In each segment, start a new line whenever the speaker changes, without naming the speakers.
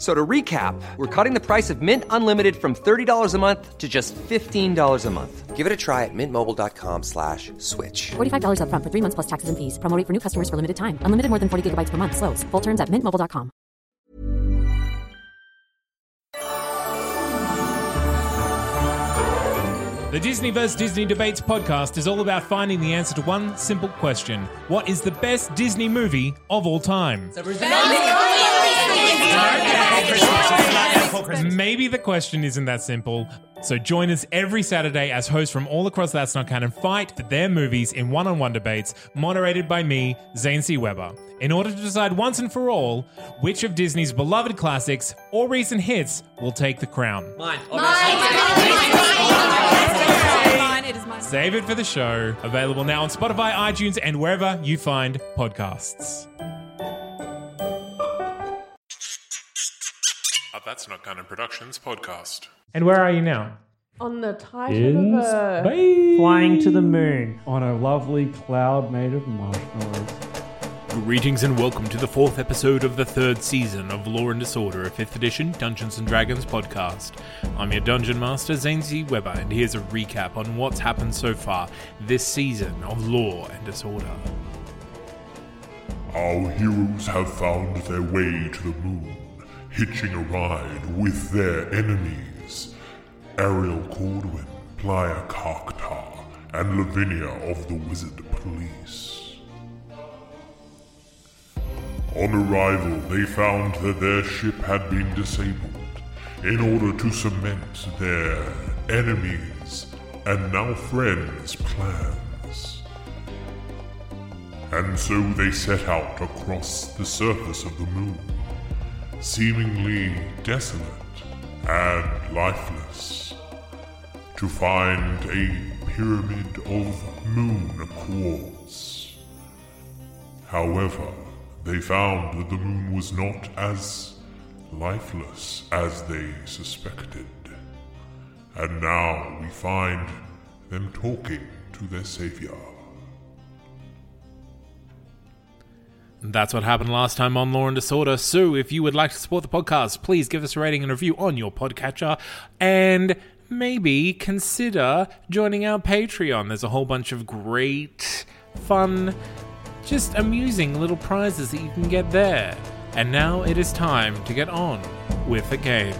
So to recap, we're cutting the price of Mint Unlimited from $30 a month to just $15 a month. Give it a try at mintmobile.com slash switch.
$45 upfront for three months plus taxes and fees. Promo rate for new customers for limited time. Unlimited more than 40 gigabytes per month. Slows. Full terms at mintmobile.com.
The Disney vs. Disney Debates podcast is all about finding the answer to one simple question What is the best Disney movie of all time? Maybe the question isn't that simple. So join us every Saturday as hosts from all across That's Not Canon fight for their movies in one-on-one debates moderated by me, Zane C. Weber, in order to decide once and for all which of Disney's beloved classics or recent hits will take the crown. Save it for the show. Available now on Spotify, iTunes, and wherever you find podcasts.
A Uh, That's Not Canon Productions podcast.
And where are you now?
On the title of a
Flying to the moon on a lovely cloud made of marshmallows.
Greetings and welcome to the fourth episode of the third season of Law and Disorder, a fifth edition Dungeons and Dragons podcast. I'm your dungeon master, Zane Z. Weber, and here's a recap on what's happened so far this season of Law and Disorder.
Our heroes have found their way to the moon, hitching a ride with their enemies Ariel Caldwin, Playa Coctar, and Lavinia of the Wizard Police. On arrival, they found that their ship had been disabled in order to cement their enemies and now friends' plans. And so they set out across the surface of the moon, seemingly desolate and lifeless, to find a pyramid of moon quartz. However, they found that the moon was not as lifeless as they suspected. And now we find them talking to their savior.
That's what happened last time on Law and Disorder. So, if you would like to support the podcast, please give us a rating and review on your podcatcher and maybe consider joining our Patreon. There's a whole bunch of great, fun, just amusing little prizes that you can get there. And now it is time to get on with the game.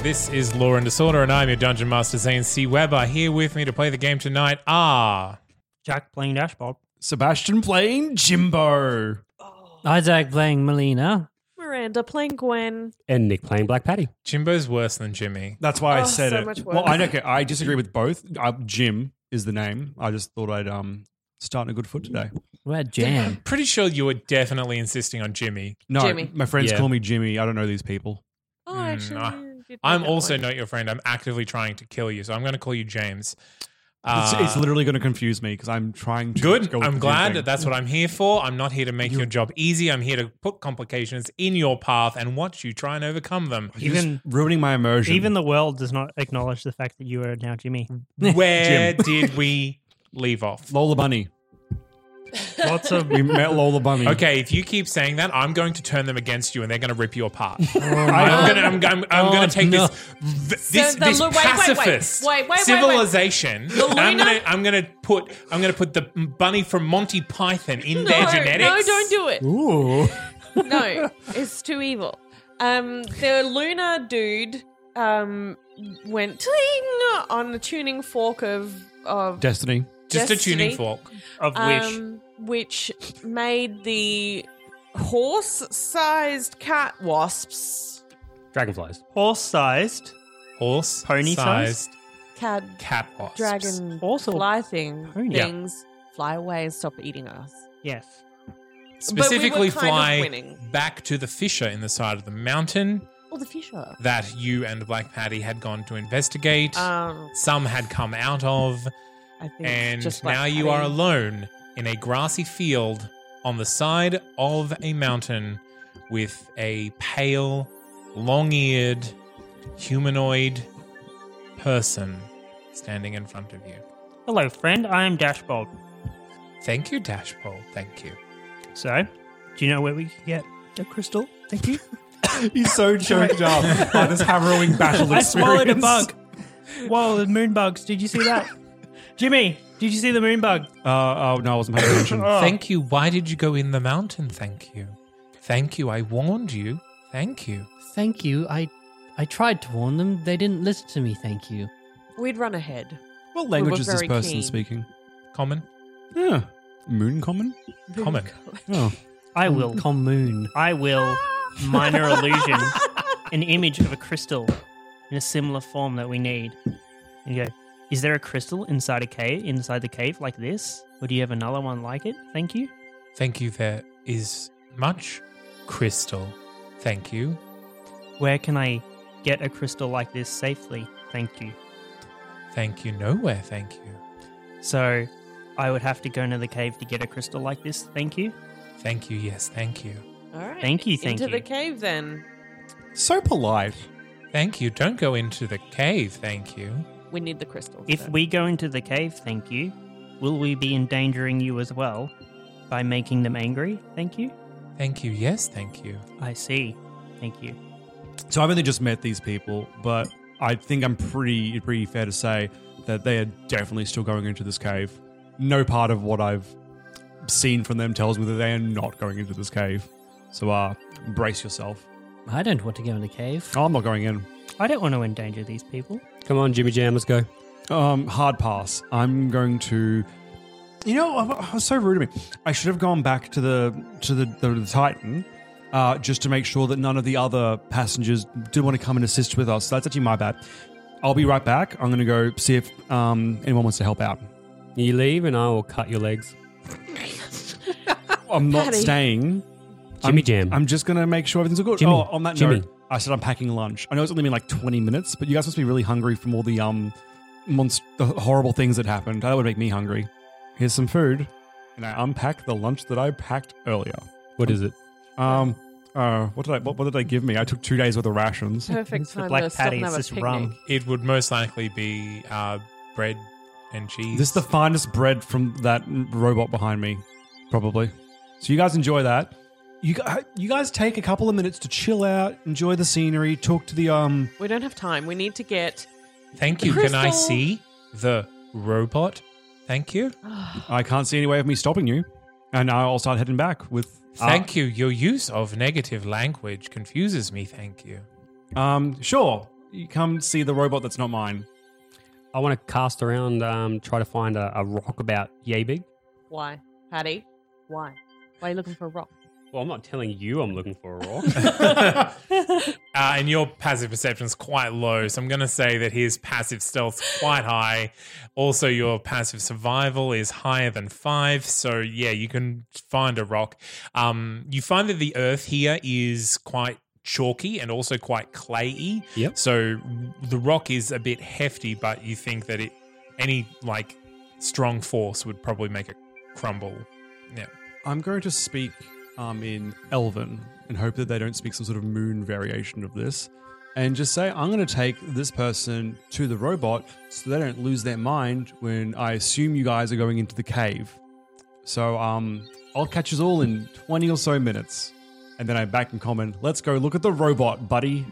This is Law and Disorder, and I'm your Dungeon Master Zane C. Weber. Here with me to play the game tonight are
Jack playing dashboard.
Sebastian playing Jimbo.
Isaac playing Melina.
Miranda playing
Mm,
Gwen.
and Nick playing Black Patty.
Jimbo's worse than Jimmy.
That's why I
Oh,
said
so
it.
much work.
well, I don't care. I disagree with both. Uh, Jim is the name. I just thought I'd um start on a good foot today.
What about Jam?
Pretty sure you were definitely insisting on Jimmy.
No,
Jimmy.
my friends
Yeah.
call me Jimmy. I don't know these people.
Oh,
Hmm,
actually,
I-
you did
I'm
make that
also
point.
not your friend. I'm actively trying to kill you, so I'm going to call you James.
it's, it's
Uh,
literally going to confuse me because I'm trying to
Good.
go with
I'm
the
glad
Jim
that
thing.
that's what I'm here for. I'm not here to make your job easy. I'm here to put complications in your path and watch you try and overcome them.
You're just
Even-
ruining my immersion.
Even the world does not acknowledge the fact that you are now Jimmy.
Where did we leave off?
Lola Bunny.
Lots of
We met Lola Bunny.
Okay, if you keep saying that, I'm going to turn them against you, and they're going to rip you apart.
I-
I'm going to, I'm, I'm, I'm
Oh,
going to take
no.
this, this,
So the
this
Lu- wait, wait, wait.
pacifist
Wait, wait, wait, wait.
civilization.
The
and I'm
Luna-
going to, I'm going to put, I'm going to put the bunny from Monty Python in
No,
their genetics.
no, don't do it.
Ooh.
No, it's too evil. Um, the Luna dude um went tling on the tuning fork of of
Destiny.
Just
Destiny.
a tuning fork.
Of which
um, which made the horse-sized cat wasps
Dragonflies. Horse sized.
Horse.
Pony sized.
cat
Cat wasps.
dragon
Horse or
fly thing
pony? Yeah.
things fly away and stop eating us.
Yes.
Specifically,
kind of
fly
winning.
back to the fissure in the side of the mountain
Oh, the fisher.
that you and Black Patty had gone to investigate.
Um,
Some had come out of,
I think
and
just like
now you are
having-
alone in a grassy field on the side of a mountain with a pale, long eared, humanoid person standing in front of you.
Hello, friend. I am Dashbold.
Thank you, Dashpole. Thank you.
So, do you know where we can get a crystal? Thank you.
He's so choked up by this harrowing battle
I
experience.
swallowed a bug. Whoa, the moon bugs. Did you see that? Jimmy, did you see the moon bug?
Uh, oh, no, I wasn't paying attention.
Ah.
Thank you. Why did you go in the mountain? Thank you. Thank you. I warned you. Thank you.
Thank you. I I tried to warn them. They didn't listen to me. Thank you.
We'd run ahead.
what language
were
is this
very
person
keen.
speaking?
Common.
Yeah. Moon common?
Common.
Oh.
I will.
Commoon.
I will minor illusion an image of a crystal in a similar form that we need. And go, is there a crystal inside a cave inside the cave like this? Or do you have another one like it? Thank you.
Thank you. There is much crystal. Thank you.
Where can I get a crystal like this safely? Thank you.
Thank you. Nowhere. Thank you.
So I would have to go into the cave to get a crystal like this. Thank you.
Thank you. Yes. Thank you.
All right.
Thank you, thank
Into the
you.
cave then.
So polite.
Thank you. Don't go into the cave. Thank you.
We need the crystals.
If
then.
we go into the cave, thank you. Will we be endangering you as well by making them angry? Thank you.
Thank you. Yes. Thank you.
I see. Thank you.
So I've only just met these people, but I think I'm pretty pretty fair to say that they are definitely still going into this cave. No part of what I've seen from them tells me that they are not going into this cave. So uh brace yourself.
I don't want to go in a cave.
Oh, I'm not going in.
I don't want to endanger these people.
Come on, Jimmy Jam, let's go. Um, hard pass. I'm going to. You know, I I was so rude of me. I should have gone back to the to the, the, the Titan uh, just to make sure that none of the other passengers did want to come and assist with us. That's actually my bad. I'll be right back. I'm going to go see if um, anyone wants to help out.
You leave and I will cut your legs.
I'm not
Patty.
staying.
Jimmy
I'm,
Jam.
I'm just going to make sure everything's all good.
Jimmy,
Oh, on that
Jimmy.
note, I said I'm packing lunch. I know it's only been like 20 minutes, but you guys must be really hungry from all the um, monst- the horrible things that happened. That would make me hungry. Here's some food, and I unpack the lunch that I packed earlier.
What is it?
Um, uh, what did I? What, what did I give me? I took two days worth of rations.
perfect
It's the
time
black
to stop
patty,
and
it's
have a
just rum.
picnic.
It would most likely be uh, bread and cheese.
This is the finest bread from that robot behind me, probably. So you guys enjoy that. You gu- you guys take a couple of minutes to chill out, enjoy the scenery, talk to the um
We don't have time. We need to get.
Thank you. Can I
Crystal.
see the robot? Thank you.
I can't see any way of me stopping you. And I'll start heading back with.
Thank you. Your use of negative language confuses me. Thank you.
Um, sure. You come see the robot that's not mine.
I want to cast around, um, try to find a, a rock about yay big.
Why, Patty? Why? Why are you looking for a rock?
Well, I'm not telling you I'm looking for a rock.
Uh, and your passive perception is quite low, so I'm going to say that his passive stealth's quite high. Also, your passive survival is higher than five, so yeah, you can find a rock. Um, you find that the earth here is quite chalky and also quite clayey.
Yep.
So the rock is a bit hefty, but you think that it any like strong force would probably make it crumble. Yeah.
I'm going to speak um, in Elven and hope that they don't speak some sort of moon variation of this. And just say, I'm going to take this person to the robot so they don't lose their mind when I assume you guys are going into the cave. So um, I'll catch us all in 20 or so minutes. And then I'm back in common. Let's go look at the robot, buddy.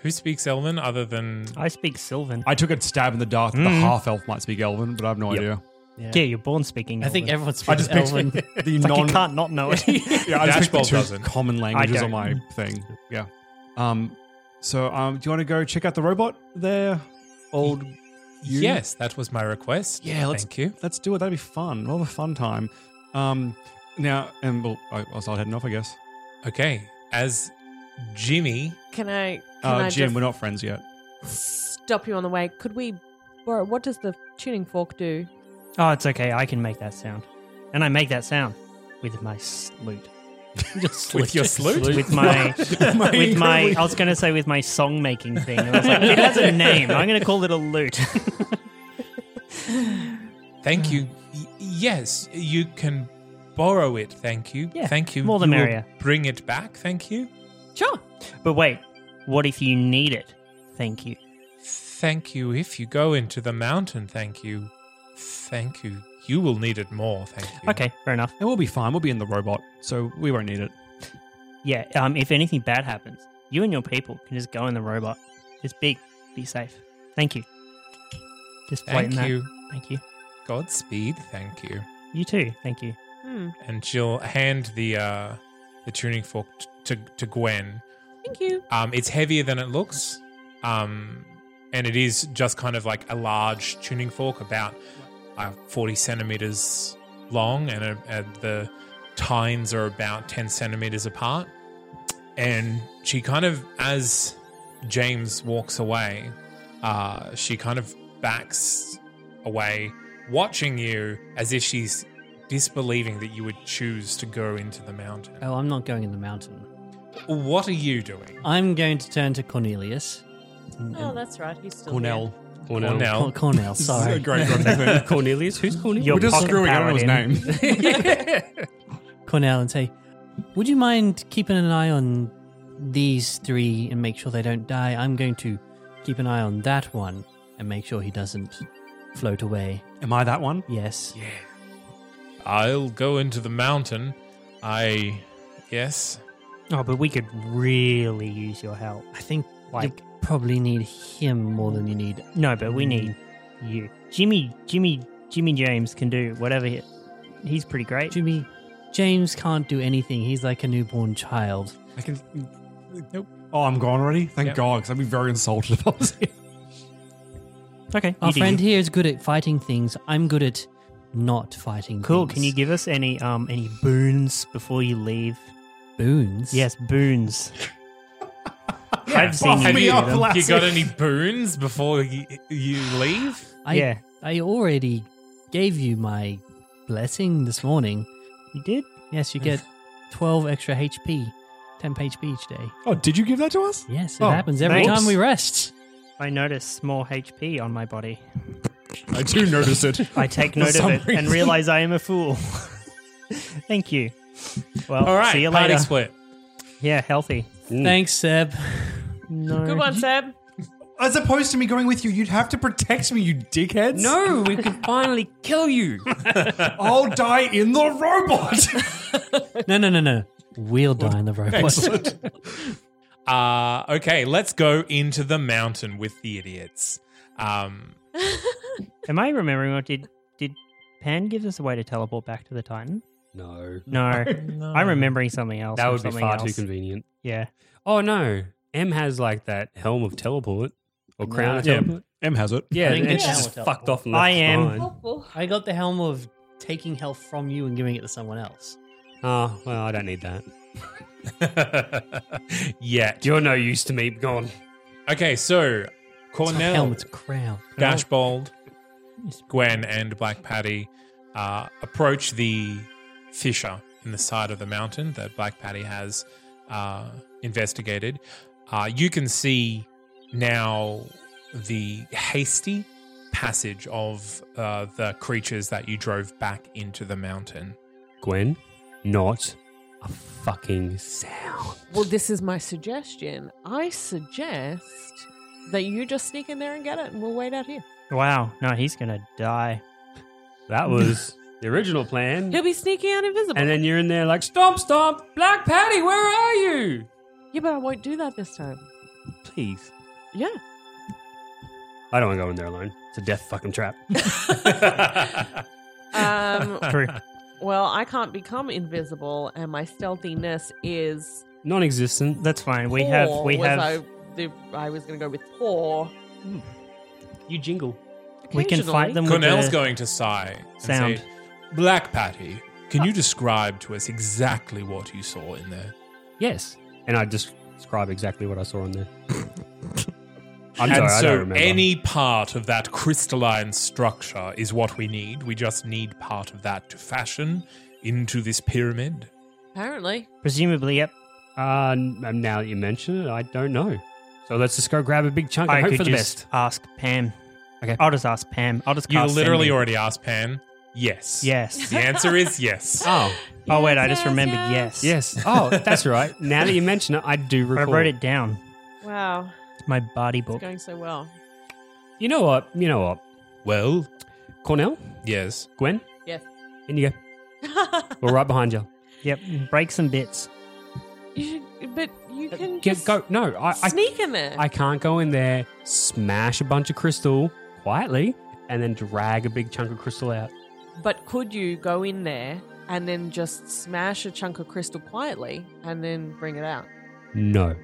Who speaks Elven other than
I speak Sylvan.
I took a stab in the dark that the half elf might speak Elven, but I have no idea.
Yeah. you're born speaking.
I think
Elven.
everyone's
I just picked
Elven.
the
It's like
non
you can't not know it.
yeah, I just picked the
Dashbolt
two
doesn't.
common languages
I
on my thing. Yeah, Um, so um, do you want to go check out the robot there, old? you?
Yes, that was my request.
Yeah, let's,
thank you.
Let's do it. That'd be fun. We'll have a fun time. Um, now and we'll, I- I'll start heading off, I guess.
Okay, as Jimmy.
Can I?
Oh,
Can
Uh,
I
Jim,
just
we're not friends yet.
stop you on the way? Could we? borrow what does the tuning fork do?
Oh, it's okay. I can make that sound, and I make that sound with my salute. Just
With your salute?
With
My
my, with my.
incredibly-
I was going to say with my song making thing. and I was like, it has a name. I'm going to call it a lute.
Thank
Mm.
you. Y- yes, you can borrow it. Thank you.
Yeah,
thank you.
more the
You will
merrier.
Bring it back. Thank you.
Sure.
but wait, what if you need it? Thank you.
Thank you. If you go into the mountain, thank you. Thank you. You will need it more. Thank you.
Okay, fair enough.
And we'll be fine. We'll be in the robot, so we won't need it.
Yeah. Um, if anything bad happens, you and your people can just go in the robot. It's big. Be safe. Thank you. Just
Thank
blatant that.
you.
Thank you.
Godspeed. Thank you.
You too. Thank you.
Hmm.
And she'll hand the uh, the tuning fork t- to to Gwen.
Thank you.
Um, it's heavier than it looks, um, and it is just kind of like a large tuning fork, about uh, forty centimeters long, and, uh uh the tines are about ten centimeters apart. And she kind of, as James walks away, uh, she kind of backs away, watching you as if she's disbelieving that you would choose to go into the mountain.
Oh, I'm not going in the mountain.
What are you doing?
I'm going to turn to Cornelius.
Oh, that's right. He's still
Cornell.
Cornell.
Cor- Cornell, sorry.
Great contact.
Cornelius, who's Cornelius?
We're just screwing. I don't know his name.
Cornell and say, Would you mind keeping an eye on these three and make sure they don't die? I'm going to keep an eye on that one and make sure he doesn't float away.
Am I that one?
Yes.
I'll go into the mountain. I yes.
Oh, but we could really use your help.
I think
Like-
you probably need him more than you need.
No, but we need you. Jimmy, Jimmy, Jimmy James can do whatever he, he's pretty great.
Jimmy, James can't do anything. He's like a newborn child.
I can. Nope. Oh, I'm gone already. Thank
Yep.
God, because I'd be very insulted if I was here.
Okay,
Our
you do
friend
you.
here is good at fighting things. I'm good at not fighting
Cool.
things.
Can you give us any um any boons before you leave?
boons?
Yes, boons. I've seen you
Have
do
you,
them.
you got any boons before you, you leave?
I,
yeah.
I already gave you my blessing this morning.
You did?
Yes, you get 12 extra HP, 10 HP each day.
Oh, did you give that to us?
Yes, it
Oh,
happens every
thanks.
time we rest.
I notice small HP on my body.
I do notice it.
I take
For
note of
some
it and
reason.
realize I am a fool. Thank you. Well,
All right,
see you
party
later.
split.
Yeah, healthy.
Thanks, Seb.
No.
Good one, Seb.
As opposed to me going with you, you'd have to protect me, you dickheads.
No, we can finally kill you.
I'll die in the robot.
No, no, no, no. We'll die in the robot.
Uh, okay, let's go into the mountain with the idiots. Um,
Am I remembering what did did Pan give us a way to teleport back to the Titan?
No.
No, I'm remembering something else.
That
or
would be
something
far
else.
too convenient.
Yeah,
Oh, no. M has like that helm of teleport or crown of
Yeah,
teleport.
M has it.
Yeah,
I think
and
it's
she's
helm
just
of teleport.
fucked off and left
I am-
behind.
Helpful.
I got the helm of taking health from you and giving it to someone else.
Oh, well, I don't need that.
yet.
You're no use to me. Gone.
Okay, so
It's not
Cornell,
helm, it's a crown. Oh.
Dashbold, Gwen, and Black Patty uh, approach the fissure in the side of the mountain that Black Patty has uh, investigated. Uh, you can see now the hasty passage of uh, the creatures that you drove back into the mountain.
Gwen, not a fucking sound.
Well, this is my suggestion. I suggest that you just sneak in there and get it, and we'll wait out here.
Wow. No, he's gonna die.
That was the original plan.
He'll be sneaky and invisible.
And then you're in there like, stomp, stomp, Black Patty, where are you?
yeah, but I won't do that this time.
Please.
Yeah.
I don't want to go in there alone. It's a death fucking trap.
Um,
True.
well, I can't become invisible, and my stealthiness is
non-existent.
That's fine. We
Poor
have we
was
have
I, the, I was going to go with poor.
You jingle.
We can fight them with
Cornell's
the-
going to sigh and
sound.
say, Black Patty, can you describe to us exactly what you saw in there?
Yes. And I just describe exactly what I saw on there. I'm
and
sorry,
so
I don't remember.
any part of that crystalline structure is what we need. We just need part of that to fashion into this pyramid.
Apparently.
Presumably, yep.
Uh, n- now that you mention it, I don't know. So let's just go grab a big chunk and
I
hope
could
for the
just
best.
ask Pam. Okay. I'll just ask Pam. I'll just
You
cast
literally
sending.
already asked Pan. Yes.
Yes.
The answer is yes.
Oh.
Oh wait, I just remembered yes.
Yes. Oh, that's right. Now that you mention it, I do
I
recall.
wrote it down.
Wow.
It's my body
It's
book.
going so well.
You know what? You know what?
Well,
Cornell,
yes.
Gwen,
Yes.
in you go. We're right behind you.
Yep. Break some bits.
You should, but you can
Get,
just
go. No, I, I
sneak in there.
I can't go in there, smash a bunch of crystal quietly, and then drag a big chunk of crystal out.
but could you go in there and then just smash a chunk of crystal quietly and then bring it out?
No.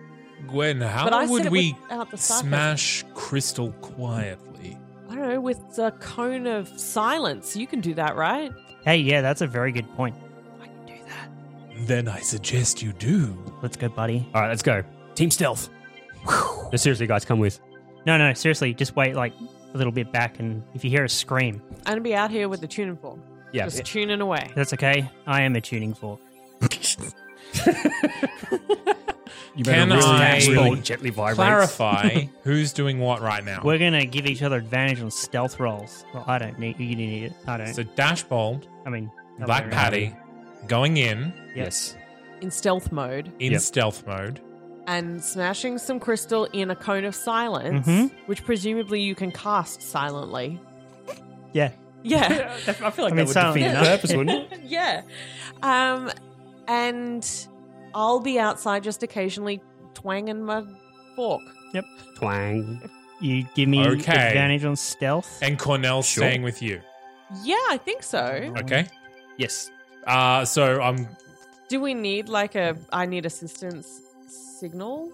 Gwen,
But I
how
said
would
it
we
without the sarcasm.
smash crystal quietly?
I don't know, with a cone of silence, you can do that, right?
Hey, yeah, that's a very good point.
Then I suggest you do.
Let's go, buddy.
All right, let's go. Team stealth. No, seriously, guys, come with.
No, no, seriously, just wait like a little bit back, and if you hear a scream,
And be out here with the tuning fork.
Yeah.
Just tuning away.
that's okay. I am a tuning fork.
You better
Can
really,
I
really
gently vibrates.
clarify who's doing what right now?
We're gonna give each other advantage on stealth rolls. Well, I don't need you. Need it? I don't.
So Dashbold,
I mean, other way
Black
around.
Patty, going in
Yes.
In stealth mode
in
Yep.
stealth mode.
and smashing some crystal in a cone of silence,
Mhm.
which presumably you can cast silently.
Yeah.
Yeah.
I feel
I mean, so- yeah.
wouldn't it?
yeah. Um, and I'll be outside just occasionally twanging my fork.
Twang.
You give me
Okay.
advantage on stealth.
And Cornell's
Sure.
staying with you.
Yeah, I think so.
Okay.
Yes.
Uh, so I'm.
Do we need like a I need assistance signal?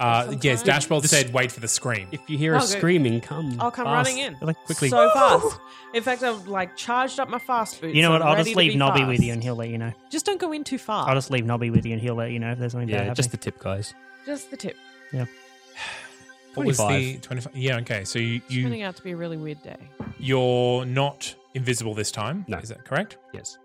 Uh, yes,
Sometimes-
Dashbold said, "Wait for the scream."
If you hear
Oh,
us
good.
screaming, come.
I'll come
fast.
running in.
Like, quickly.
So fast. In fact, I've like charged up my fast boots.
you know what?
I'm
I'll
ready
just
to
leave
be
Nobby with
fast.
you, and he'll let you know.
Just don't go in too far.
I'll just leave Nobby with you, and he'll let you know if there's something bad
Yeah,
happening.
just the tip, guys.
Just the tip.
What was the
25.
twenty-five? Yeah. Okay. So you
It's turning
you
out to be a really weird day.
you're not invisible this time.
No.
Is that correct?
Yes.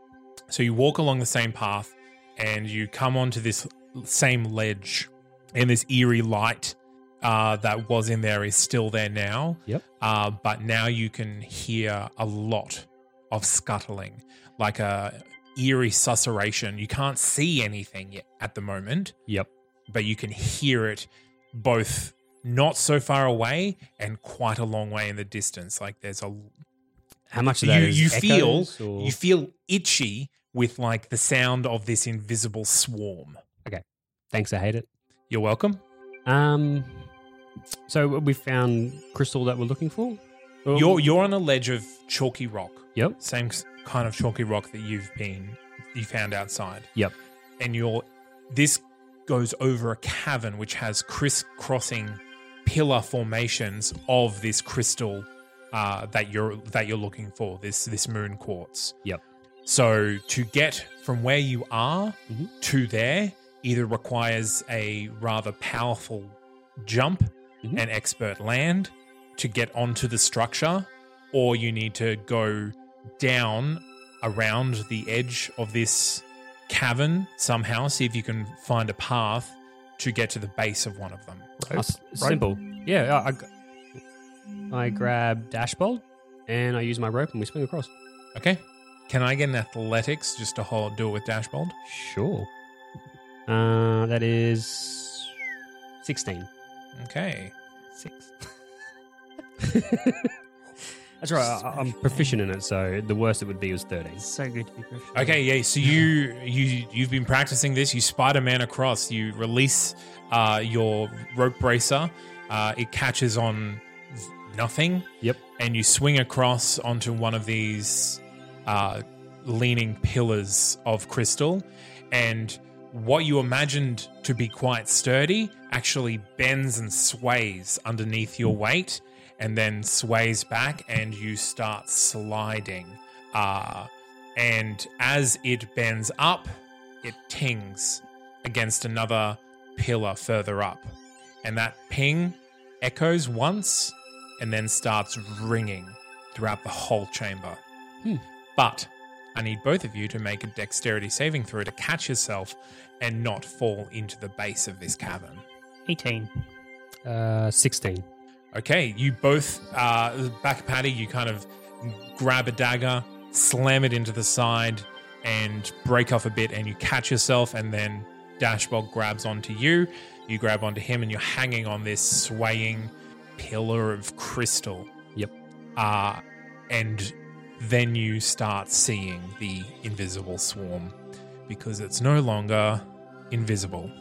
So you walk along the same path and you come onto this same ledge, and this eerie light uh, that was in there is still there now.
Yep.
Uh, but now you can hear a lot of scuttling, like a eerie susurration. You can't see anything yet at the moment,
Yep.
but you can hear it both not so far away and quite a long way in the distance. Like there's a
How much of
you
that is
you feel
echoes or-
you feel itchy with like the sound of this invisible swarm.
Thanks, I hate it.
You're welcome.
Um, so we found crystal that we're looking for. Well,
You're you're on a ledge of chalky rock,
Oh. Yep.
same s- kind of chalky rock that you've been you found outside.
Yep.
and you're this goes over a cavern which has crisscrossing pillar formations of this crystal uh, that you're that you're looking for this this moon quartz.
Yep.
So to get from where you are
Mhm.
to there either requires a rather powerful jump
Mhm.
and expert land to get onto the structure or you need to go down around the edge of this cavern somehow, see if you can find a path to get to the base of one of them.
Oh, s- simple. Yeah, I, I g- I grab dashboard and I use my rope and we swing across.
Okay. Can I get an athletics just to hold do it with Dashbold?
Sure. Uh, that is sixteen.
Okay.
six.
That's right. I, I'm proficient in it, so the worst it would be was thirteen.
So good to be proficient.
Okay, yeah. So you you you've been practicing this. You Spider Man across. You release uh, your rope bracer. Uh, it catches on nothing.
Yep.
And you swing across onto one of these uh, leaning pillars of crystal, and what you imagined to be quite sturdy actually bends and sways underneath your weight and then sways back and you start sliding. Uh, and as it bends up, it tings against another pillar further up. And that ping echoes once and then starts ringing throughout the whole chamber.
Hmm.
But I need both of you to make a dexterity saving throw to catch yourself and not fall into the base of this cavern.
18.
Uh, 16.
Okay, you both, uh, back patty, you kind of grab a dagger, slam it into the side, and break off a bit, and you catch yourself, and then Dashbog grabs onto you, you grab onto him, and you're hanging on this swaying pillar of crystal.
Yep.
Uh, and then you start seeing the invisible swarm because it's no longer invisible.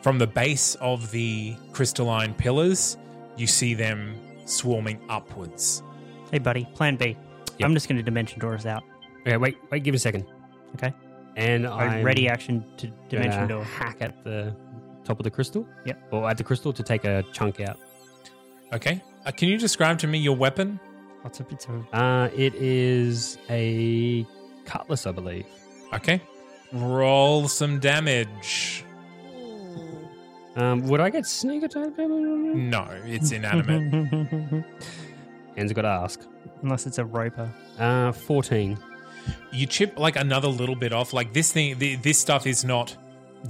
From the base of the crystalline pillars, you see them swarming upwards.
Hey, buddy, plan B. am just going to dimension doors out.
Okay, wait, wait, give me a second.
Okay.
And
A
I'm
ready action to dimension
gonna
door.
Hack at the top of the crystal.
Yep.
Or at the crystal to take a chunk out.
Okay. Uh, can you describe to me your weapon?
What's up? It's a
Uh, it is a cutlass, I believe.
Okay. Roll some damage.
Um, would I get sneak attack? No,
it's inanimate.
Anne's got to ask.
Unless it's a roper.
Uh, 14.
You chip like another little bit off. Like this thing, the, this stuff is not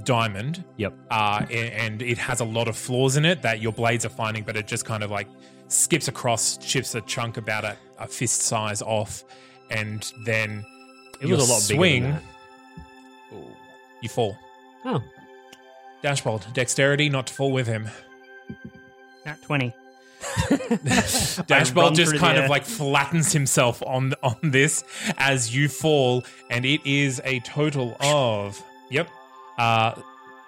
diamond.
Yep.
Uh, a- and it has a lot of flaws in it that your blades are finding, but it just kind of like skips across, chips a chunk about a, a fist size off, and then
It
your
was a lot bigger
swing.
than that.
You fall.
Oh.
Dashbold, dexterity, not to fall with him.
Not 20.
Dashbolt
run
just
through
kind
the
of
air.
like flattens himself on on this as you fall, and it is a total of yep. Uh,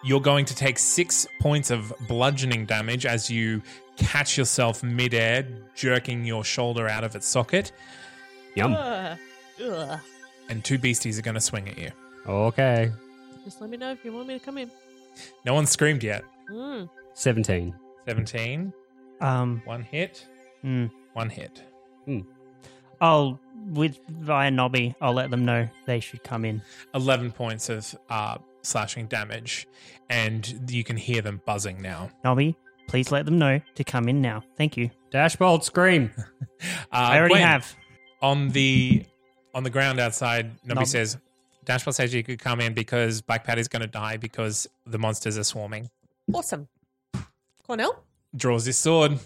you're going to take six points of bludgeoning damage as you catch yourself midair, jerking your shoulder out of its socket,
Ugh. Ugh.
and two beasties are going to swing at you.
Okay.
Just let me know if you want me to come in.
No one screamed yet.
Mm.
17.
Seventeen.
Um,
One hit.
Hmm.
One hit.
I'll, with via Nobby, I'll let them know they should come in.
11 points of uh, slashing damage, and you can hear them buzzing now.
Nobby, please let them know to come in now. Thank you.
Dashbolt, scream.
Uh,
I already
Gwen,
have.
On the on the ground outside, Nobby
Nob-
says, Dashbolt says you could come in because Black Patty's going to die because the monsters are swarming.
Awesome. Cornell?
Draws his sword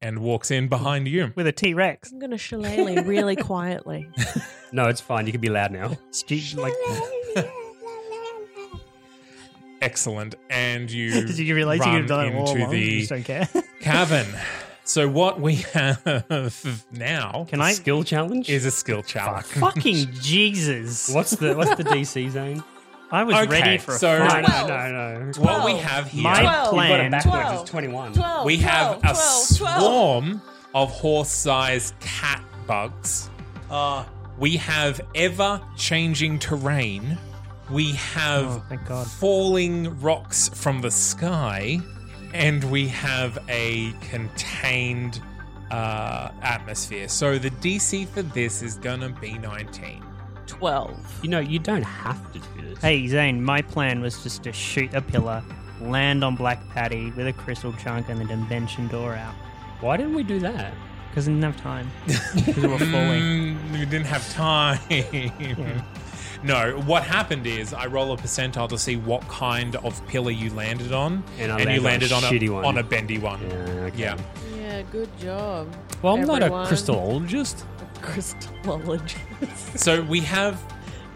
and walks in behind you.
With a T Rex.
I'm going to shillelagh really quietly.
No, it's fine. You can be loud now.
like,
Excellent. And you.
Did you realize you could have
run
done it all
into
along?
the
You just don't care.
cavern. So what we have now
Can I-
skill challenge
is a skill challenge.
Fucking Jesus.
What's the what's the DC zone?
I was
Okay,
ready for a
so-
fight.
Oh,
No, no, no.
What we have here.
My
You've got it
plan.
backwards. It's 21.
we have a
12, 12.
swarm of horse-sized cat bugs. we have ever-changing terrain. We have falling rocks from the sky, and we have a contained uh, atmosphere. So the DC for this is gonna be 19.
12.
You know, you don't have to do this.
Hey, Zane, my plan was just to shoot a pillar, land on Black Patty with a crystal chunk and the dimension door out.
Why didn't we do that?
Because we didn't have time. 'Cause we were falling.
Mm, we didn't have time. No, what happened is I roll a percentile to see what kind of pillar you landed on,
And I
you
landed
landed
on
on
a
a,
shitty one.
on a bendy one. Yeah.
Yeah, good job.
Well, I'm not a
everyone.
crystallologist.
Crystallologist.
So we have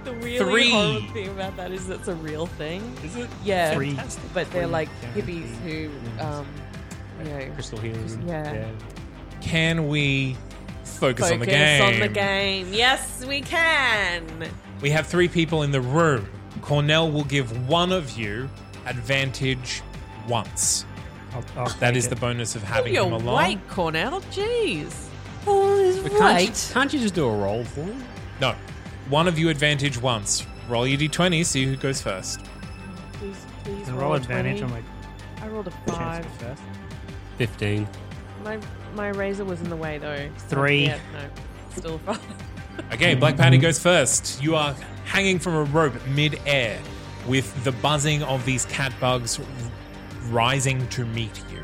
The really
Three.
horrible thing about that is that's a real thing.
Is it?
Yeah.
Three.
But they're
Three.
like hippies who, um, you know,
crystal healers.
Yeah.
Can we focus,
Focus
on the game?
on the game. Yes, we can.
We have three people in the room. Cornell will give one of you advantage once. that
take
is
it.
the bonus of having
You're
him along.
white, Cornell. Jeez.
But can't, you, can't you just do a roll for him?
No, one of you advantage once. Roll your d20, see who goes first.
Please, please.
Can roll
a
advantage
20.
on
I rolled a
"Oh,
five.
15.
My my razor was in the way though. so-
Three.
Yeah, no, still a five.
Okay, Black Patty goes first. You are hanging from a rope mid-air with the buzzing of these cat bugs r- rising to meet you.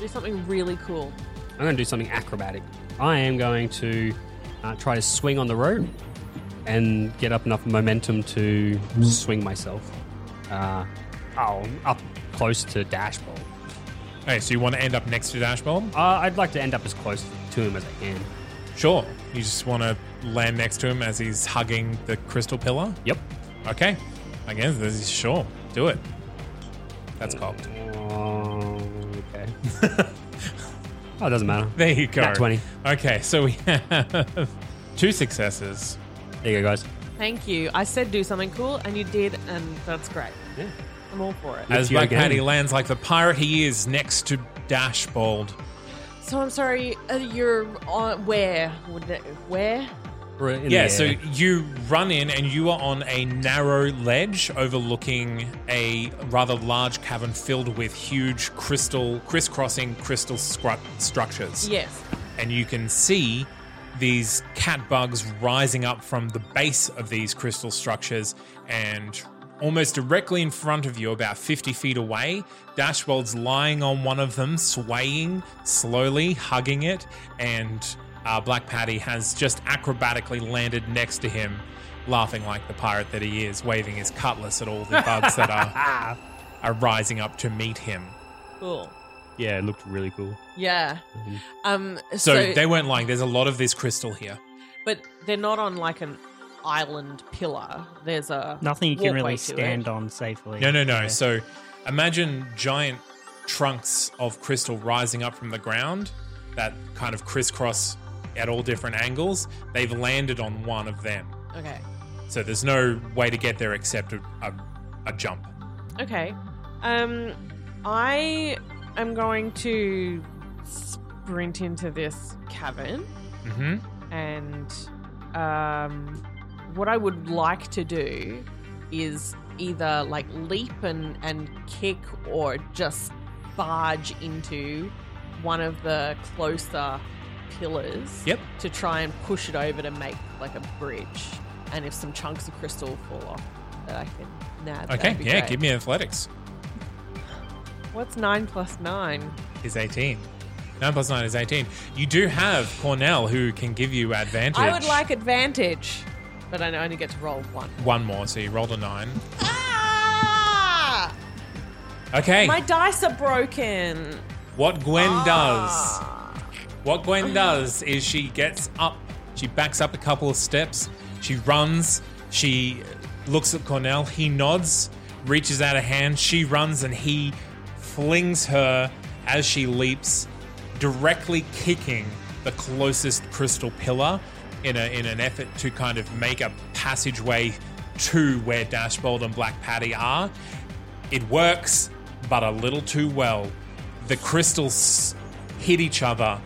Do something really cool.
I'm going to do something acrobatic. I am going to uh, try to swing on the rope and get up enough momentum to swing myself. Uh, oh, up close to Dashbolt.
Okay, so you want to end up next to Dashbolt?
Uh, I'd like to end up as close to him as I can.
Sure. You just want to land next to him as he's hugging the crystal pillar?
Yep.
Okay. I guess this is sure. Do it. That's cocked.
okay. oh, it doesn't matter.
There you go.
Nat 20.
Okay, so we have two successes.
There you go, guys.
Thank you. I said do something cool, and you did, and that's great.
Yeah.
I'm all for it.
As Black Paddy lands like the pirate he is next to Dashbold.
So I'm sorry. Uh, you're on where? Would it- Where?
yeah, so you run in and you are on a narrow ledge overlooking a rather large cavern filled with huge crystal, crisscrossing crystal scru- structures.
Yes.
And you can see these cat bugs rising up from the base of these crystal structures and almost directly in front of you, about 50 feet away, Dashbold's lying on one of them, swaying slowly, hugging it, and uh, Black Patty has just acrobatically landed next to him, laughing like the pirate that he is, waving his cutlass at all the bugs that are, are rising up to meet him.
Cool.
Yeah, it looked really cool.
Yeah.
Mm-hmm.
Um.
So, they weren't lying. There's a lot of this crystal here.
But they're not on like an island pillar. There's a
Nothing you can
walkway
really
to
stand
it.
on safely.
No, no, no.
Yeah.
So imagine giant trunks of crystal rising up from the ground that kind of crisscross at all different angles. They've landed on one of them.
Okay.
So there's no way to get there except a, a, a jump.
Okay. Um, I am going to sprint into this cavern,
Mm-hmm.
and um, what I would like to do is either like leap and and kick, or just barge into one of the closer pillars.
Yep.
To try and push it over to make like a bridge, and if some chunks of crystal fall off, that I can nab.
Okay,
that'd be
yeah,
great.
give me athletics.
What's nine plus nine?
Is 18. 9 plus 9 is 18. You do have Cornell who can give you advantage.
I would like advantage, but I only get to roll one.
one more, so you rolled a 9.
Ah!
Okay.
My Ah. dice are broken. Ah,
What Gwen does, what Gwen does is she gets up, she backs up a couple of steps, she runs, she looks at Cornell, he nods, reaches out a hand, she runs, and he flings her as she leaps, directly kicking the closest crystal pillar in a in an effort to kind of make a passageway to where Dashbold and Black Patty are. It works, but a little too well. The crystals hit each other,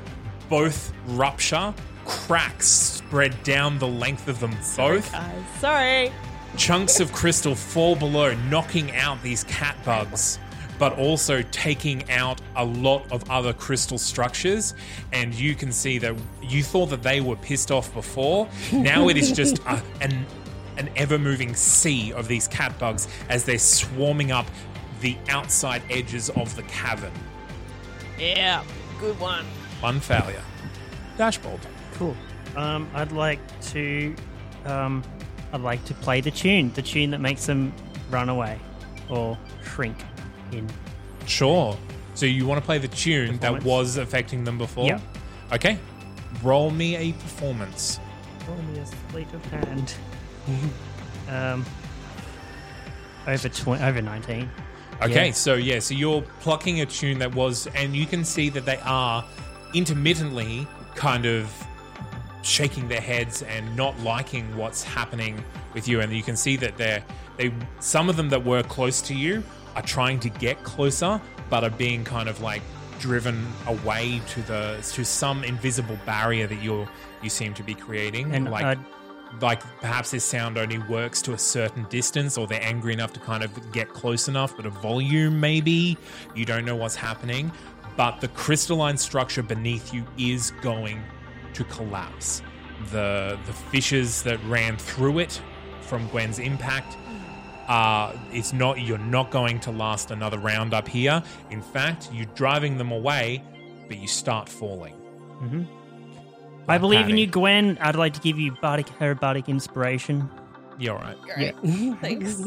both rupture, cracks spread down the length of them both.
Sorry.
Chunks of crystal fall below, knocking out these cat bugs, but also taking out a lot of other crystal structures. And you can see that you thought that they were pissed off before. Now it is just a, an an ever moving sea of these cat bugs as they're swarming up the outside edges of the cavern.
Yeah, good one.
One failure. Dashboard.
Cool. Um, I'd like to, um, I'd like to play the tune, the tune that makes them run away or shrink in.
Sure. So you want to play the tune that
Performance.
was affecting them before?
Yep.
Okay. Roll me a performance.
Roll me a sleight of hand. um, over twenty, over nineteen.
Okay,
Yeah.
so yeah, so you're plucking a tune that was, and you can see that they are intermittently kind of shaking their heads and not liking what's happening with you, and you can see that they're they some of them that were close to you are trying to get closer, but are being kind of like driven away to the to some invisible barrier that you're you seem to be creating,
And
like
I'd
like perhaps this sound only works to a certain distance or they're angry enough to kind of get close enough but a volume maybe you don't know what's happening but the crystalline structure beneath you is going to collapse the the fissures that ran through it from Gwen's impact uh, it's not you're not going to last another round up here in fact you're driving them away but you start falling
Mm-hmm. I believe in you, Gwen. I'd like to give you bardic, her bardic inspiration.
you're all right
Great. Thanks.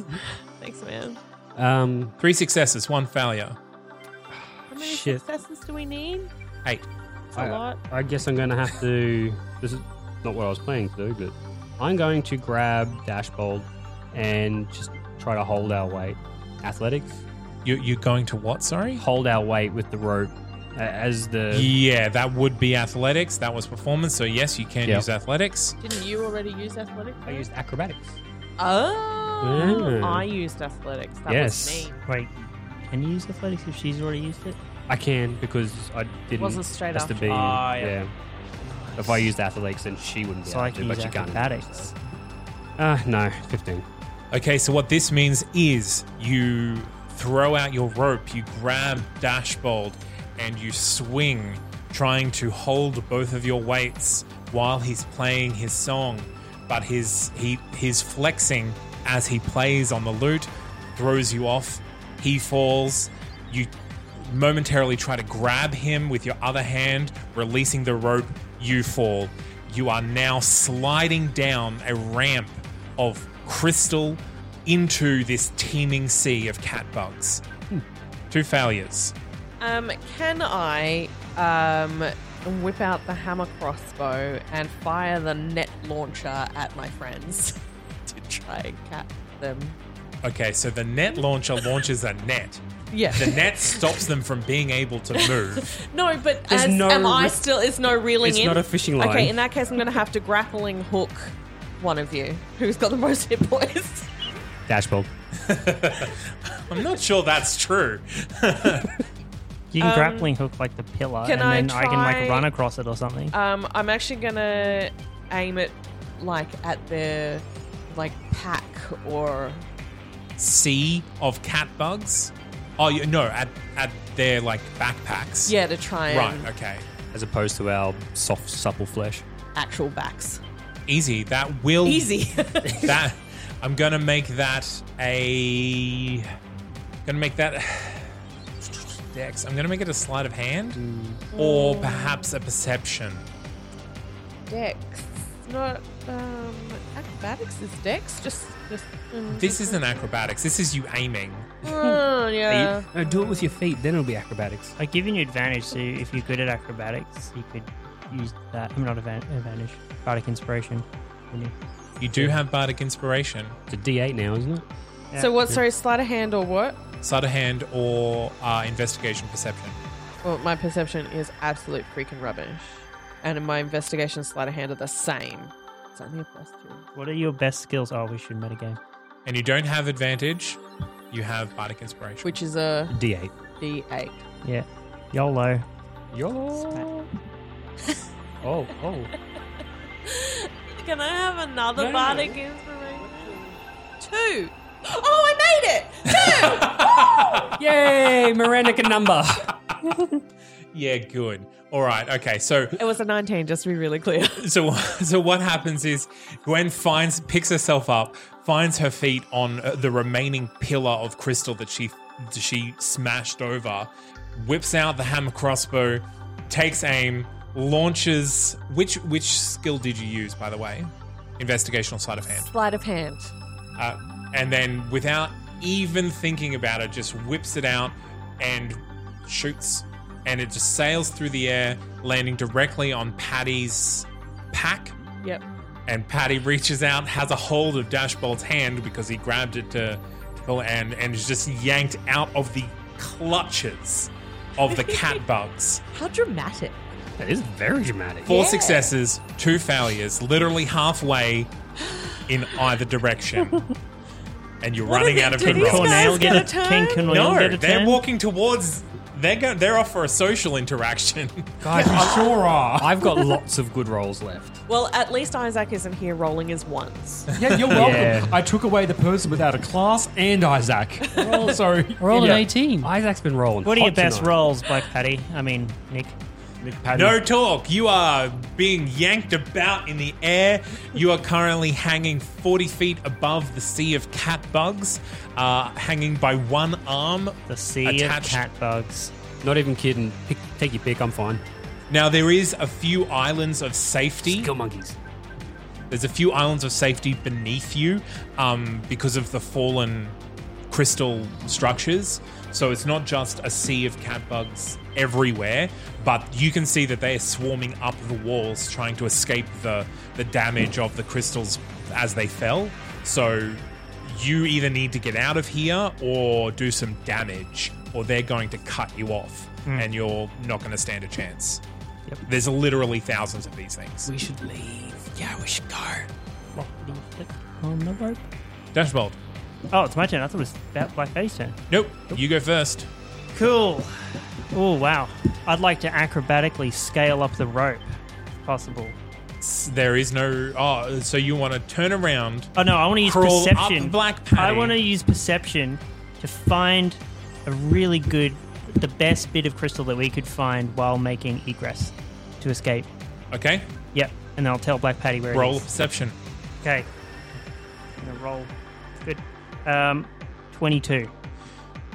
Thanks, man.
um three successes one failure
How many
Shit.
successes do we need?
eight
It's a
I, uh,
lot.
I guess I'm going to have to. This is not what I was planning to do, but I'm going to grab Dashbold and just try to hold our weight. Athletics.
You, you're going to what? Sorry.
Hold our weight with the rope a- as the.
yeah that would be athletics that was performance so yes you can
Yeah.
use athletics
Didn't you already use athletics?
I used acrobatics.
Oh,
Yeah.
I used athletics. That
Yes.
was me.
Wait, can you use athletics if she's already used it?
I can because I didn't.
Wasn't straight
has
after.
To be,
Ah, yeah.
yeah. If I used athletics, then she wouldn't be
So
able
I
to,
can
but
use
she can't.
acrobatics.
Uh, no, 15.
Okay, so what this means is you throw out your rope, you grab Dashbold, and you swing, trying to hold both of your weights while he's playing his song. But his he his flexing as he plays on the lute throws you off. He falls. You momentarily try to grab him with your other hand, releasing the rope. You fall. You are now sliding down a ramp of crystal into this teeming sea of cat bugs. Two failures.
Um, can I um, whip out the hammer crossbow and fire the net launcher at my friends to try and catch them?
Okay, so the net launcher launches a net.
Yeah.
The net stops them from being able to move.
No, but
There's
as,
no
am I
re-
still? It's no reeling
It's
in.
not a fishing line.
Okay, in that case, I'm going to have to grappling hook one of you who's got the most hit points.
Dashbold.
I'm not sure that's true.
You can
Um,
grappling hook like the pillar,
can
and
I
then I can
try-
like run across it or something.
Um, I'm actually gonna aim it like at their like pack or
Sea of cat bugs. Oh you- no, at at their like backpacks.
yeah to try and
Right. Okay.
As opposed to our soft, supple flesh.
actual backs.
Easy. That will
Easy.
that I'm gonna make that a gonna make that Dex. I'm gonna make it a sleight of hand
Mm.
or perhaps a perception.
Dex. It's not um, acrobatics is Dex. Just just. mm,
This isn't acrobatics. This is you aiming.
Oh, yeah.
No, do it with your feet, then it'll be acrobatics.
I've given you advantage, so if you're good at acrobatics, you could use that. I'm not advan- advantage, bardic inspiration. wouldn't you?
You do have bardic inspiration,
It's a D8 now, isn't it?
Yeah.
So what? Sorry, sleight of hand or what?
sleight of hand, or uh, investigation perception.
Well, my perception is absolute freaking rubbish, and my investigation sleight of hand are the same. It's only a plus two.
What are your best skills? Oh, we should metagame.
And you don't have advantage. You have bardic inspiration.
which is a
D8.
D8.
Yeah, YOLO.
Yo. oh, oh.
Can I have another
No.
bardic inspiration? Two. Oh, I made it! Two.
Yay, Miranda can number.
Yeah, good. All right. Okay. So
it was a nineteen, just to be really clear.
so so what happens is Gwen finds picks herself up, finds her feet on uh, the remaining pillar of crystal that she she smashed over, whips out the hammer crossbow, takes aim, launches. Which which skill did you use by the way? Investigational sleight of hand.
Sleight of hand.
Uh, and then without even thinking about it, just whips it out and shoots, and it just sails through the air, landing directly on Patty's pack.
Yep.
And Patty reaches out, has a hold of Dashbold's hand because he grabbed it to pull, and and is just yanked out of the clutches of the cat bugs.
How dramatic.
That is very dramatic.
Four successes, two failures, literally halfway in either direction. And you're running out of
do
control.
these guys
Cornell
get
get
a
a
turn?
King Cornell
No,
get a
they're
turn?
walking towards They're go- they're off for a social interaction.
God, you sure
are.
I've got lots of good rolls left.
Well, at least Isaac isn't here rolling his ones.
Yeah, you're welcome.
Yeah.
I took away the person without a class and Isaac. Roll, sorry.
Roll an
Yeah.
18.
Isaac's been rolling.
What are your
hot
best
tonight.
rolls, by Paddy? I mean, Nick.
Nick
No talk. You are being yanked about in the air. You are currently hanging 40 feet above the sea of cat bugs, uh, hanging by one arm.
The sea
attached.
of cat bugs.
Not even kidding. Pick, take your pick. I'm fine.
Now, there is a few islands of safety.
Kill monkeys.
There's a few islands of safety beneath you um, because of the fallen crystal structures. So it's not just a sea of cat bugs everywhere, but you can see that they are swarming up the walls trying to escape the, the damage of the crystals as they fell. So you either need to get out of here or do some damage, or they're going to cut you off
Hmm.
and you're not going to stand a chance. There's literally thousands of these things.
We should leave.
Yeah, we should go.
On the rope.
Dashbolt.
Oh, it's my turn. I thought it was about Black Betty's turn.
Nope. You go first.
Cool. Oh, wow. I'd like to acrobatically scale up the rope, if possible.
S- There is no. Oh, so you want to turn around?
Oh no, I want to use
Crawl up
perception.
Black
I
Patty.
want to use perception to find a really good, the best bit of crystal that we could find while making egress to escape.
Okay.
Yep, and then I'll tell Black Patty where
Roll
it is.
perception.
Okay. I'm gonna roll. Good. Um, twenty-two.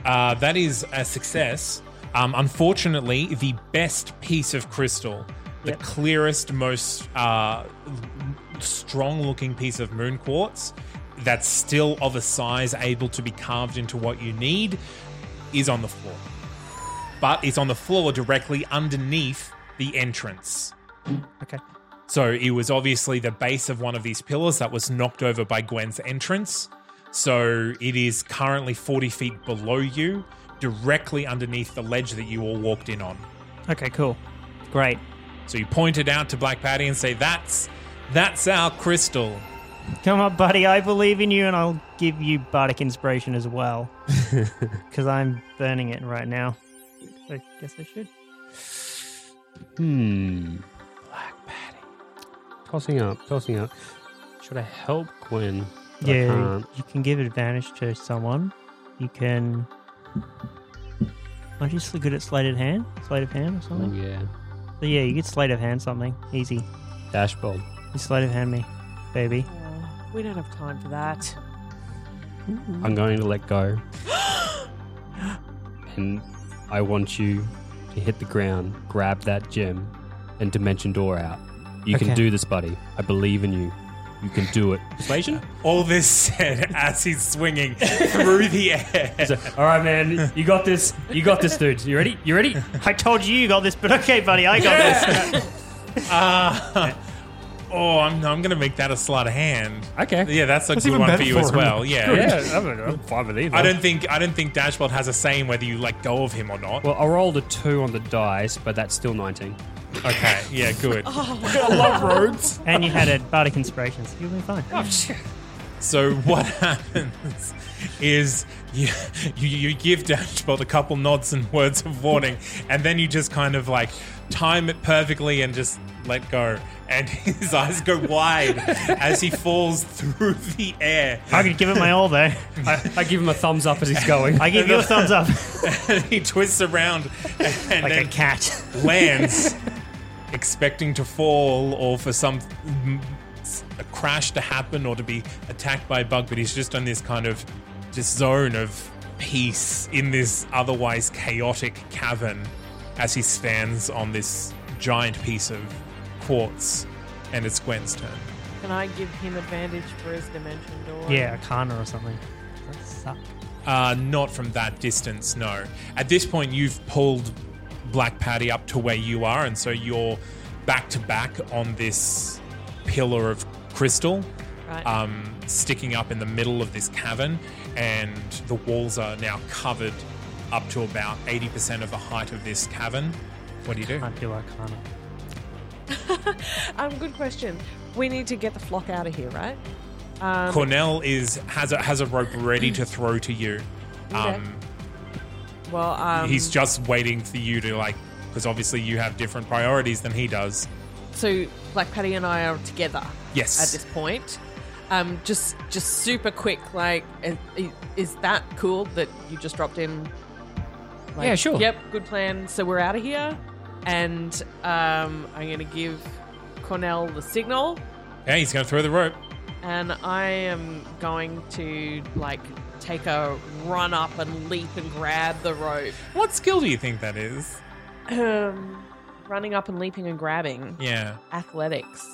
Uh, that is a success. Um, unfortunately, the best piece of crystal, the
Yep.
clearest, most uh, strong looking piece of moon quartz that's still of a size able to be carved into what you need, is on the floor. But it's on the floor directly underneath the entrance.
Okay.
So it was obviously the base of one of these pillars that was knocked over by Gwen's entrance. So it is currently 40 feet below you, directly underneath the ledge that you all walked in on.
Okay. Cool. Great.
So you point it out to Black Patty and say, "That's that's our crystal."
Come on, buddy. I believe in you, and I'll give you bardic inspiration as well, because I'm burning it right now. I guess I should.
Hmm. Black Patty. Tossing up, tossing up. Should I help Gwen? But I
Yeah,
can't.
you can give advantage to someone. You can. Aren't you sl- good at sleight of hand? Sleight of hand or
Oh,
something?
yeah.
But yeah, you get sleight of hand something. Easy.
Dashboard.
You sleight of hand me, baby.
we don't have time for that.
I'm going to let go. and I want you to hit the ground, grab that gem, and dimension door out. You
Okay.
can do this, buddy. I believe in you. You can do it. Persuasion?
All this said as he's swinging through the air.
All right, man. You got this. You got this, dude. You ready? You ready?
I told you you got this, but okay, buddy, I got this.
Uh, oh, I'm, I'm going to make that a sleight of hand.
Okay.
Yeah, that's a
That's
good
even
one
better
for you
for
as
him.
well. Yeah.
Yeah, I'm- I'm fine with either.
I don't think I don't think Dashboard has a saying whether you let go of him or not.
Well, I rolled a two on the dice, but that's still 19.
Okay. Yeah. Good.
I love roads.
and you had a bardic inspiration, so you'll be fine. Oh, shit.
So what happens is you, you you give Dashbolt a couple nods and words of warning, and then you just kind of like time it perfectly and just let go. And his eyes go wide as he falls through the air.
I could give it my all, though.
I, I give him a thumbs up as he's going.
I give you a thumbs up.
and he twists around and
Like a
then
cat.
lands, expecting to fall or for some mm, s- a crash to happen or to be attacked by a bug. But he's just on this kind of just zone of peace in this otherwise chaotic cavern as he stands on this giant piece of quartz. And it's Gwen's turn.
Can I give him advantage for his dimension door?
Yeah, Arcana or something. That sucked.
Uh, not from that distance, no. At this point, you've pulled Black Patty up to where you are, and so you're back to back on this pillar of crystal,
Right.
um, sticking up in the middle of this cavern, and the walls are now covered up to about 80% of the height of this cavern. What do you do?
Can't do Arcana.
Um, good question. We need to get the flock out of here, right? Um,
Cornell is has a, has a rope ready to throw to you.
Okay.
Um,
Well, um,
He's just waiting for you to like, because obviously you have different priorities than he does.
So, like, Patty and I are together.
Yes.
At this point, um, just just super quick. Like, is, is that cool that you just dropped in? Like,
Yeah, sure.
Yep, good plan. So we're out of here, and um, I'm gonna give Cornell the signal,
Yeah, he's going to throw the rope.
and I am going to like take a run up and leap and grab the rope.
What skill do you think that is?
Um, running up and leaping and grabbing.
Yeah.
Athletics.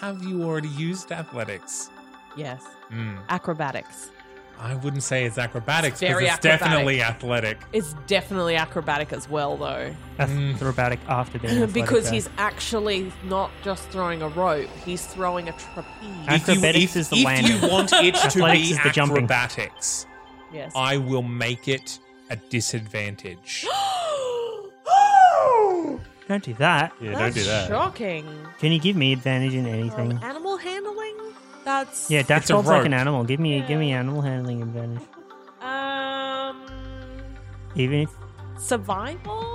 Have you already used athletics?
Yes.
Mm.
Acrobatics.
I wouldn't say it's acrobatics,
It's
because
very
it's
acrobatic.
definitely athletic.
It's definitely acrobatic as well, though.
Mm.
Acrobatic after being
because
athletic,
he's actually not just throwing a rope, he's throwing a trapeze.
If you- Acrobatics
if,
is the
if
landing.
you want it to
Athletics
be
is the jumping.
acrobatics,
Yes.
I will make it a disadvantage.
though. Don't do that.
Yeah,
That's shocking.
Can you give me advantage in anything?
Animal handling? That's
yeah, that
It's a
sounds like an
rope.
animal. Give me, give me animal handling advantage.
um
Even if
survival?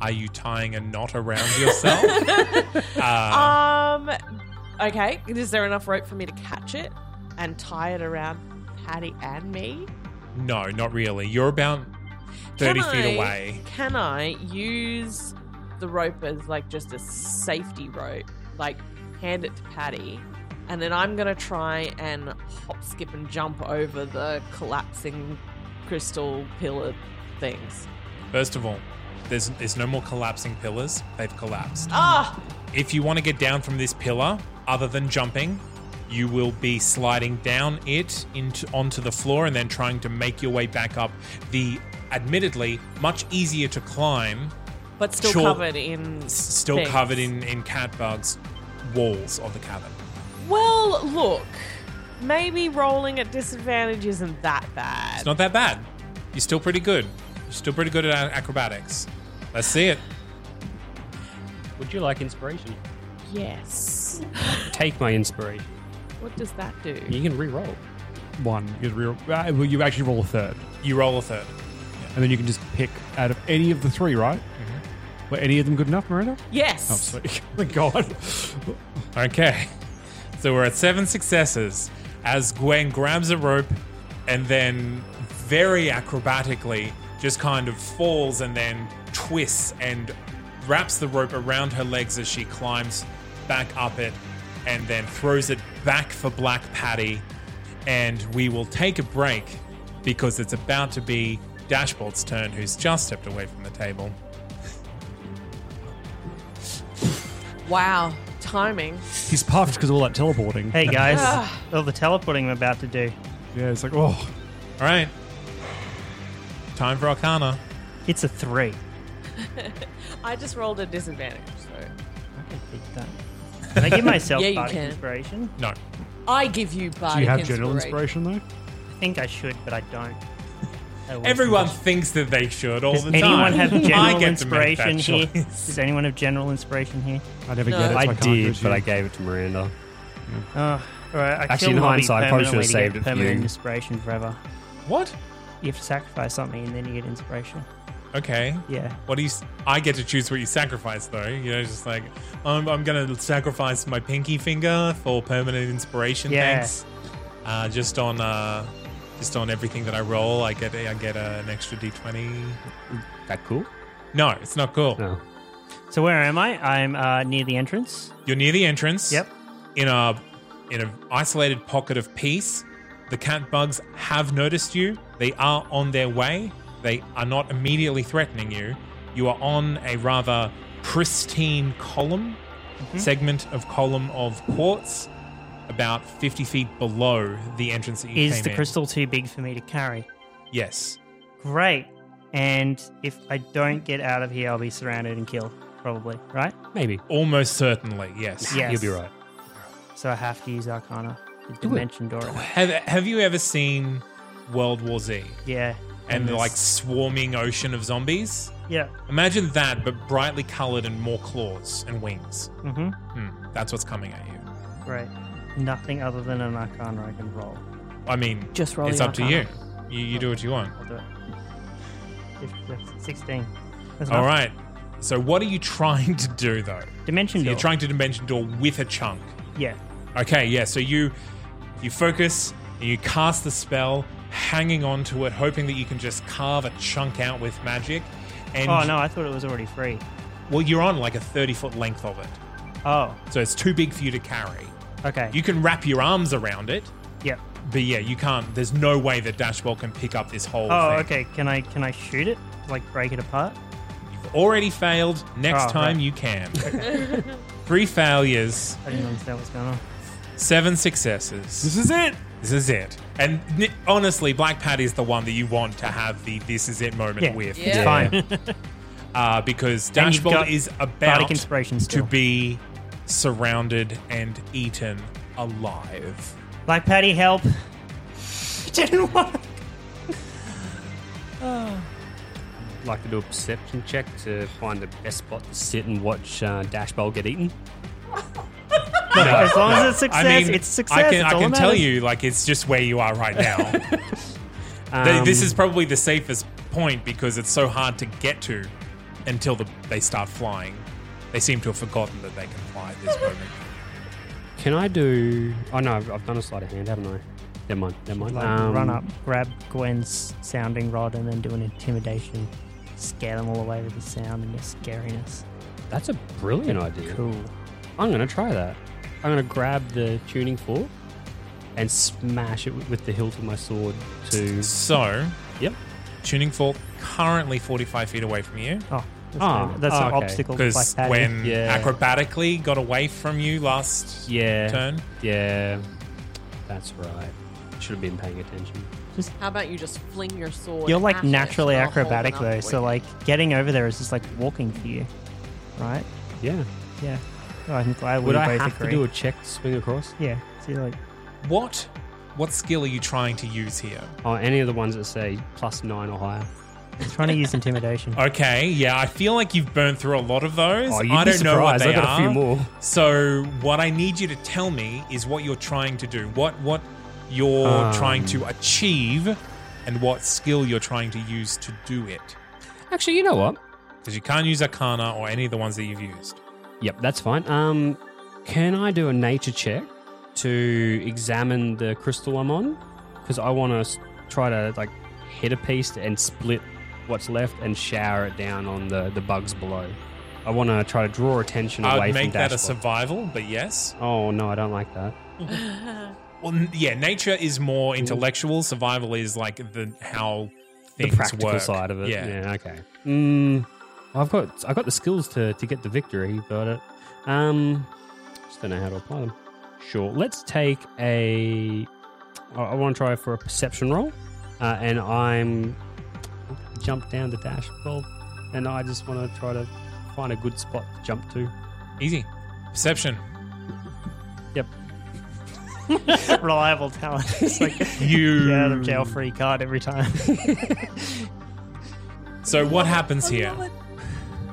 Are you tying a knot around yourself? uh,
Um Okay. Is there enough rope for me to catch it and tie it around Patty and me?
no, not really. You're about 30
Can
feet
I-
away.
Can I use the rope as like just a safety rope? Like hand it to Patty, and then I'm gonna try and hop, skip, and jump over the collapsing crystal pillar things.
First of all, there's, there's no more collapsing pillars. They've collapsed.
Ah!
If you want to get down from this pillar, other than jumping, you will be sliding down it into onto the floor and then trying to make your way back up the admittedly much easier to climb
But still
Sure.
covered in
s- still
things.
covered in in cat bugs walls of the cavern.
Well, look, maybe rolling at disadvantage isn't that bad.
It's not that bad. You're still pretty good. You're still pretty good at acrobatics. Let's see it.
Would you like inspiration?
yes.
Take my inspiration.
What does that do?
You can re-roll.
One. You, re- uh, well, you actually roll a third.
You roll a third.
And then you can just pick out of any of the three, right?
Mm-hmm.
Were any of them good enough, Miranda?
Yes.
Oh, sweet. Thank God.
Okay. So we're at seven successes as Gwen grabs a rope and then very acrobatically just kind of falls and then twists and wraps the rope around her legs as she climbs back up it and then throws it back for Black Patty. And we will take a break because it's about to be Dashbolt's turn, who's just stepped away from the table.
Wow, timing.
He's puffed because of all that teleporting.
hey guys, all the teleporting I'm about to do.
Yeah, it's like, oh.
All right. Time for Arcana.
It's a three.
I just rolled a disadvantage, so
I can beat that. Can I give myself
Yeah, you
bardic
can.
inspiration?
No.
I give you bardic
Do you have general inspiration, though?
I think I should, but I don't. I always
Everyone
do.
thinks that they should all
Does
the time.
anyone have
I
general
get to make that
inspiration here?
choice.
Does anyone have general inspiration here?
I never
No.
get it. so
I,
can't do it
did,
to
but
you.
I gave it to Miranda.
Oh, all right. I
Actually,
feel
in
I'll be
hindsight, I probably
permanently
should have
to get
saved it for
Permanent
you.
inspiration forever.
What?
You have to sacrifice something and then you get inspiration.
Okay.
Yeah.
What do you? s- I get to choose what you sacrifice, though. You know, just like I'm, I'm gonna sacrifice my pinky finger for permanent inspiration.
Yeah.
Thanks. Uh, just on, uh, just on everything that I roll, I get I get uh, an extra d20.
That cool?
No, it's not cool.
No.
So where am I? I'm uh, near the entrance.
You're near the entrance.
Yep.
In a in an isolated pocket of peace, the cat bugs have noticed you. They are on their way. They are not immediately threatening you. You are on a rather pristine column, segment of column of quartz, about fifty feet below the entrance that you
Is
came
the
in.
crystal too big for me to carry?
Yes.
Great. And if I don't get out of here, I'll be surrounded and killed, probably. Right?
Maybe.
Almost certainly. Yes.
Yes.
You'll be right.
So I have to use Arcana, the Dimension Door.
Have Have you ever seen World War Z
Yeah.
and the
this-
like swarming ocean of zombies?
yeah.
Imagine that, but brightly coloured and more claws and wings.
Mm-hmm.
Hmm, that's what's coming at you.
Great. Nothing other than an Arcana I can roll.
I mean,
Just roll
it's
the
up to you.
Arcana.
you. You do what you want.
I'll do it. Fif- 16. That's
All
enough.
right. So what are you trying to do though?
Dimension
So You're
door.
trying to dimension door with a chunk.
Yeah.
Okay, yeah. So you you focus and you cast the spell, hanging on to it, hoping that you can just carve a chunk out with magic. And
oh, no, I thought it was already free.
Well, you're on like a 30 foot length of it.
Oh.
So it's too big for you to carry.
Okay.
You can wrap your arms around it.
Yep.
But yeah, you can't. There's no way that Dashball can pick up this whole
Oh,
thing.
okay. Can I can I shoot it? Like break it apart?
You've already failed. Next
Oh,
time
right.
you can.
Okay.
Three failures.
I didn't understand what's going on.
Seven successes. This
is it.
This is it. And ni- honestly, Black Pat is the one that you want to have the this is it moment
Yeah,
with.
it's Yeah. fine.
uh, because
And you've
Dashboard
got
is
bardic
about
inspiration
to
still.
be surrounded and eaten alive.
Black Patty, help. didn't work.
I'd like to do a perception check to find the best spot to sit and watch uh, Dash Bowl get eaten.
as long as it's
I
success,
mean,
it's
I
success.
can,
it's
I
all
can
that
tell
matters.
you, like, it's just where you are right now. They- this
Um,
is probably the safest point because it's so hard to get to until the, they start flying. They seem to have forgotten that they can fly at this moment.
Can I do? Oh no, I've, I've done a sleight of hand, haven't I? Never mind. Never mind.
Like,
Um,
run up, grab Gwen's sounding rod, and then do an intimidation. Scare them all away with the sound and the scariness.
That's a brilliant idea.
Cool.
I'm gonna try that. I'm gonna grab the tuning fork and smash it wi- with the hilt of my sword to.
So,
yep.
Tuning fork currently 45 feet away from you.
Oh, that's Ah, no- that's an okay. obstacle
Because
like that.
when
Yeah.
acrobatically got away from you last
Yeah.
turn,
Yeah. That's right. Should have been paying attention.
How about you just fling your sword?
You're
at
like
it
naturally
and I'll hold
acrobatic
it up
though,
for
so
you.
like getting over there is just like walking for you, right?
Yeah.
Yeah. Well, I'm glad we
Would I
both
have
agree.
to do a check to swing across?
Yeah. So you're like,
what what skill are you trying to use here?
Oh, any of the ones that say plus nine or higher.
I'm trying to use intimidation.
Okay, yeah, I feel like you've burned through a lot of those.
Oh, you'd
I
be
don't know what
surprised.
they
I got a few
are.
more.
So, what I need you to tell me is what you're trying to do, what what you're
Um.
trying to achieve, and what skill you're trying to use to do it.
Actually, you know what?
Because you can't use Arcana or any of the ones that you've used.
Yep, that's fine. Um, can I do a nature check to examine the crystal I'm on? Because I want to try to like hit a piece and split what's left and shower it down on the the bugs below. I want to try to draw attention away
I'd
from
make that a
Dashboard.
survival, but yes.
Oh no, I don't like that.
Well, n- yeah, nature is more intellectual. Survival is like the how
The
things
practical
work.
side of it.
Yeah.
yeah okay. Mm, I've got I've got the skills to, to get the victory, but uh, um, just don't know how to apply them. Sure, let's take a. I, I want to try for a perception roll, uh, and I'm jump down the dash roll, and I just want to try to find a good spot to jump to.
Easy. Perception.
Yep.
reliable talent. It's like
You-
get out of jail free card every time.
So what happens here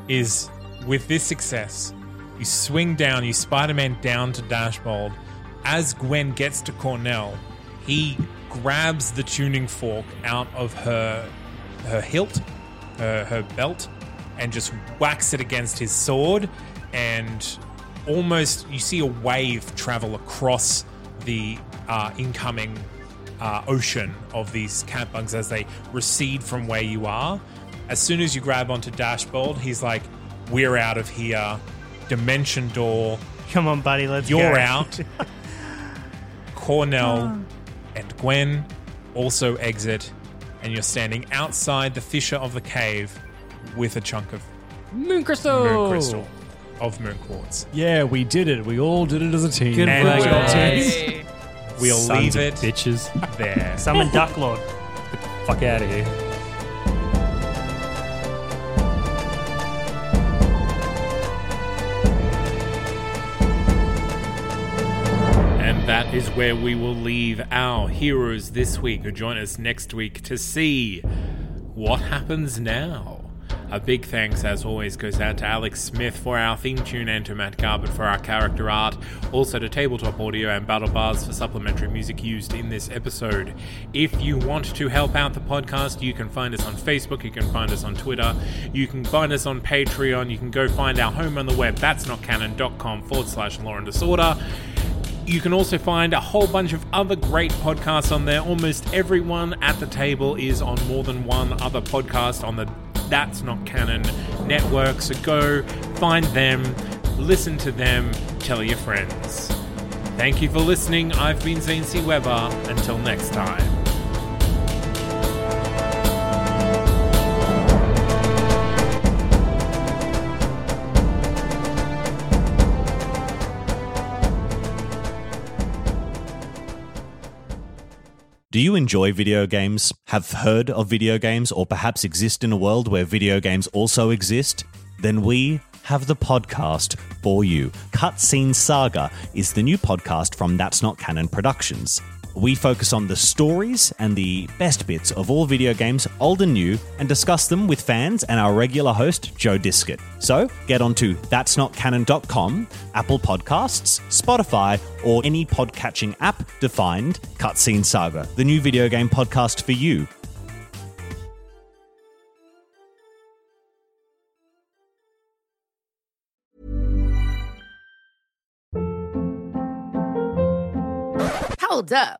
is with this success, you swing down, you Spider-Man down to Dashbold. As Gwen gets to Cornell, he grabs the tuning fork out of her her hilt, her, her belt, and just whacks it against his sword and almost you see a wave travel across the uh, incoming uh, ocean of these cat bugs as they recede from where you are. As soon as you grab onto Dashboard, he's like, "We're out of here, dimension door.
Come on, buddy, let's
You're
go.
out." Cornell and Gwen also exit, and you're standing outside the fissure of the cave with a chunk of
Moon crystal.
moon crystal of moon quartz.
Yeah, we did it. We all did it as a team.
Good And work, we'll- guys. We'll
Sons
leave
of
it
bitches.
there.
Summon Duck Lord.
Fuck out of here.
And that is where we will leave our heroes this week, who join us next week to see what happens now. A big thanks, as always, goes out to Alex Smith for our theme tune and to Matt Garbutt for our character art, also to Tabletop Audio and Battle Bars for supplementary music used in this episode. If you want to help out the podcast, you can find us on Facebook, you can find us on Twitter, you can find us on Patreon, you can go find our home on the web, that's not canon.com forward slash law and disorder. You can also find a whole bunch of other great podcasts on there. Almost everyone at the table is on more than one other podcast on the That's Not Canon network. So go find them, listen to them, tell your friends. Thank you for listening. I've been Zane C. Weber. Until next time.
Do you enjoy video games, have heard of video games, or perhaps exist in a world where video games also exist? Then we have the podcast for you. Cutscene Saga is the new podcast from That's Not Canon Productions. We focus on the stories and the best bits of all video games, old and new, and discuss them with fans and our regular host, Joe Diskett. So get onto that'snotcanon.com, Apple Podcasts, Spotify, or any podcatching app to find Cutscene Saga, the new video game podcast for you.
Hold up.